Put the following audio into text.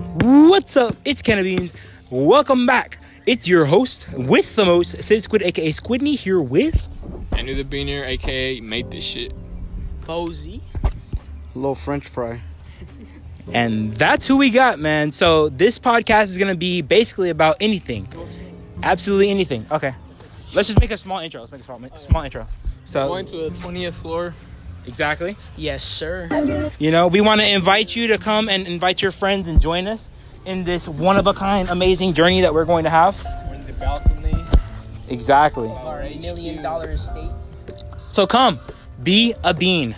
What's up? It's Kenna Beans. Welcome back. It's your host with the most, Sid Squid, aka Squidney, here with Andrew the Beaner, aka made this shit. Posey. Little French fry. And that's who we got, man. So this podcast is gonna be basically about anything, absolutely anything. Okay, let's just make a small intro. Let's make a small, small intro. So Going to the twentieth floor. exactly. Yes, sir. You know, we want to invite you to come and invite your friends and join us in this one of a kind amazing journey that we're going to have. We're in the balcony. Exactly. Our million dollar estate. So come, be a bean.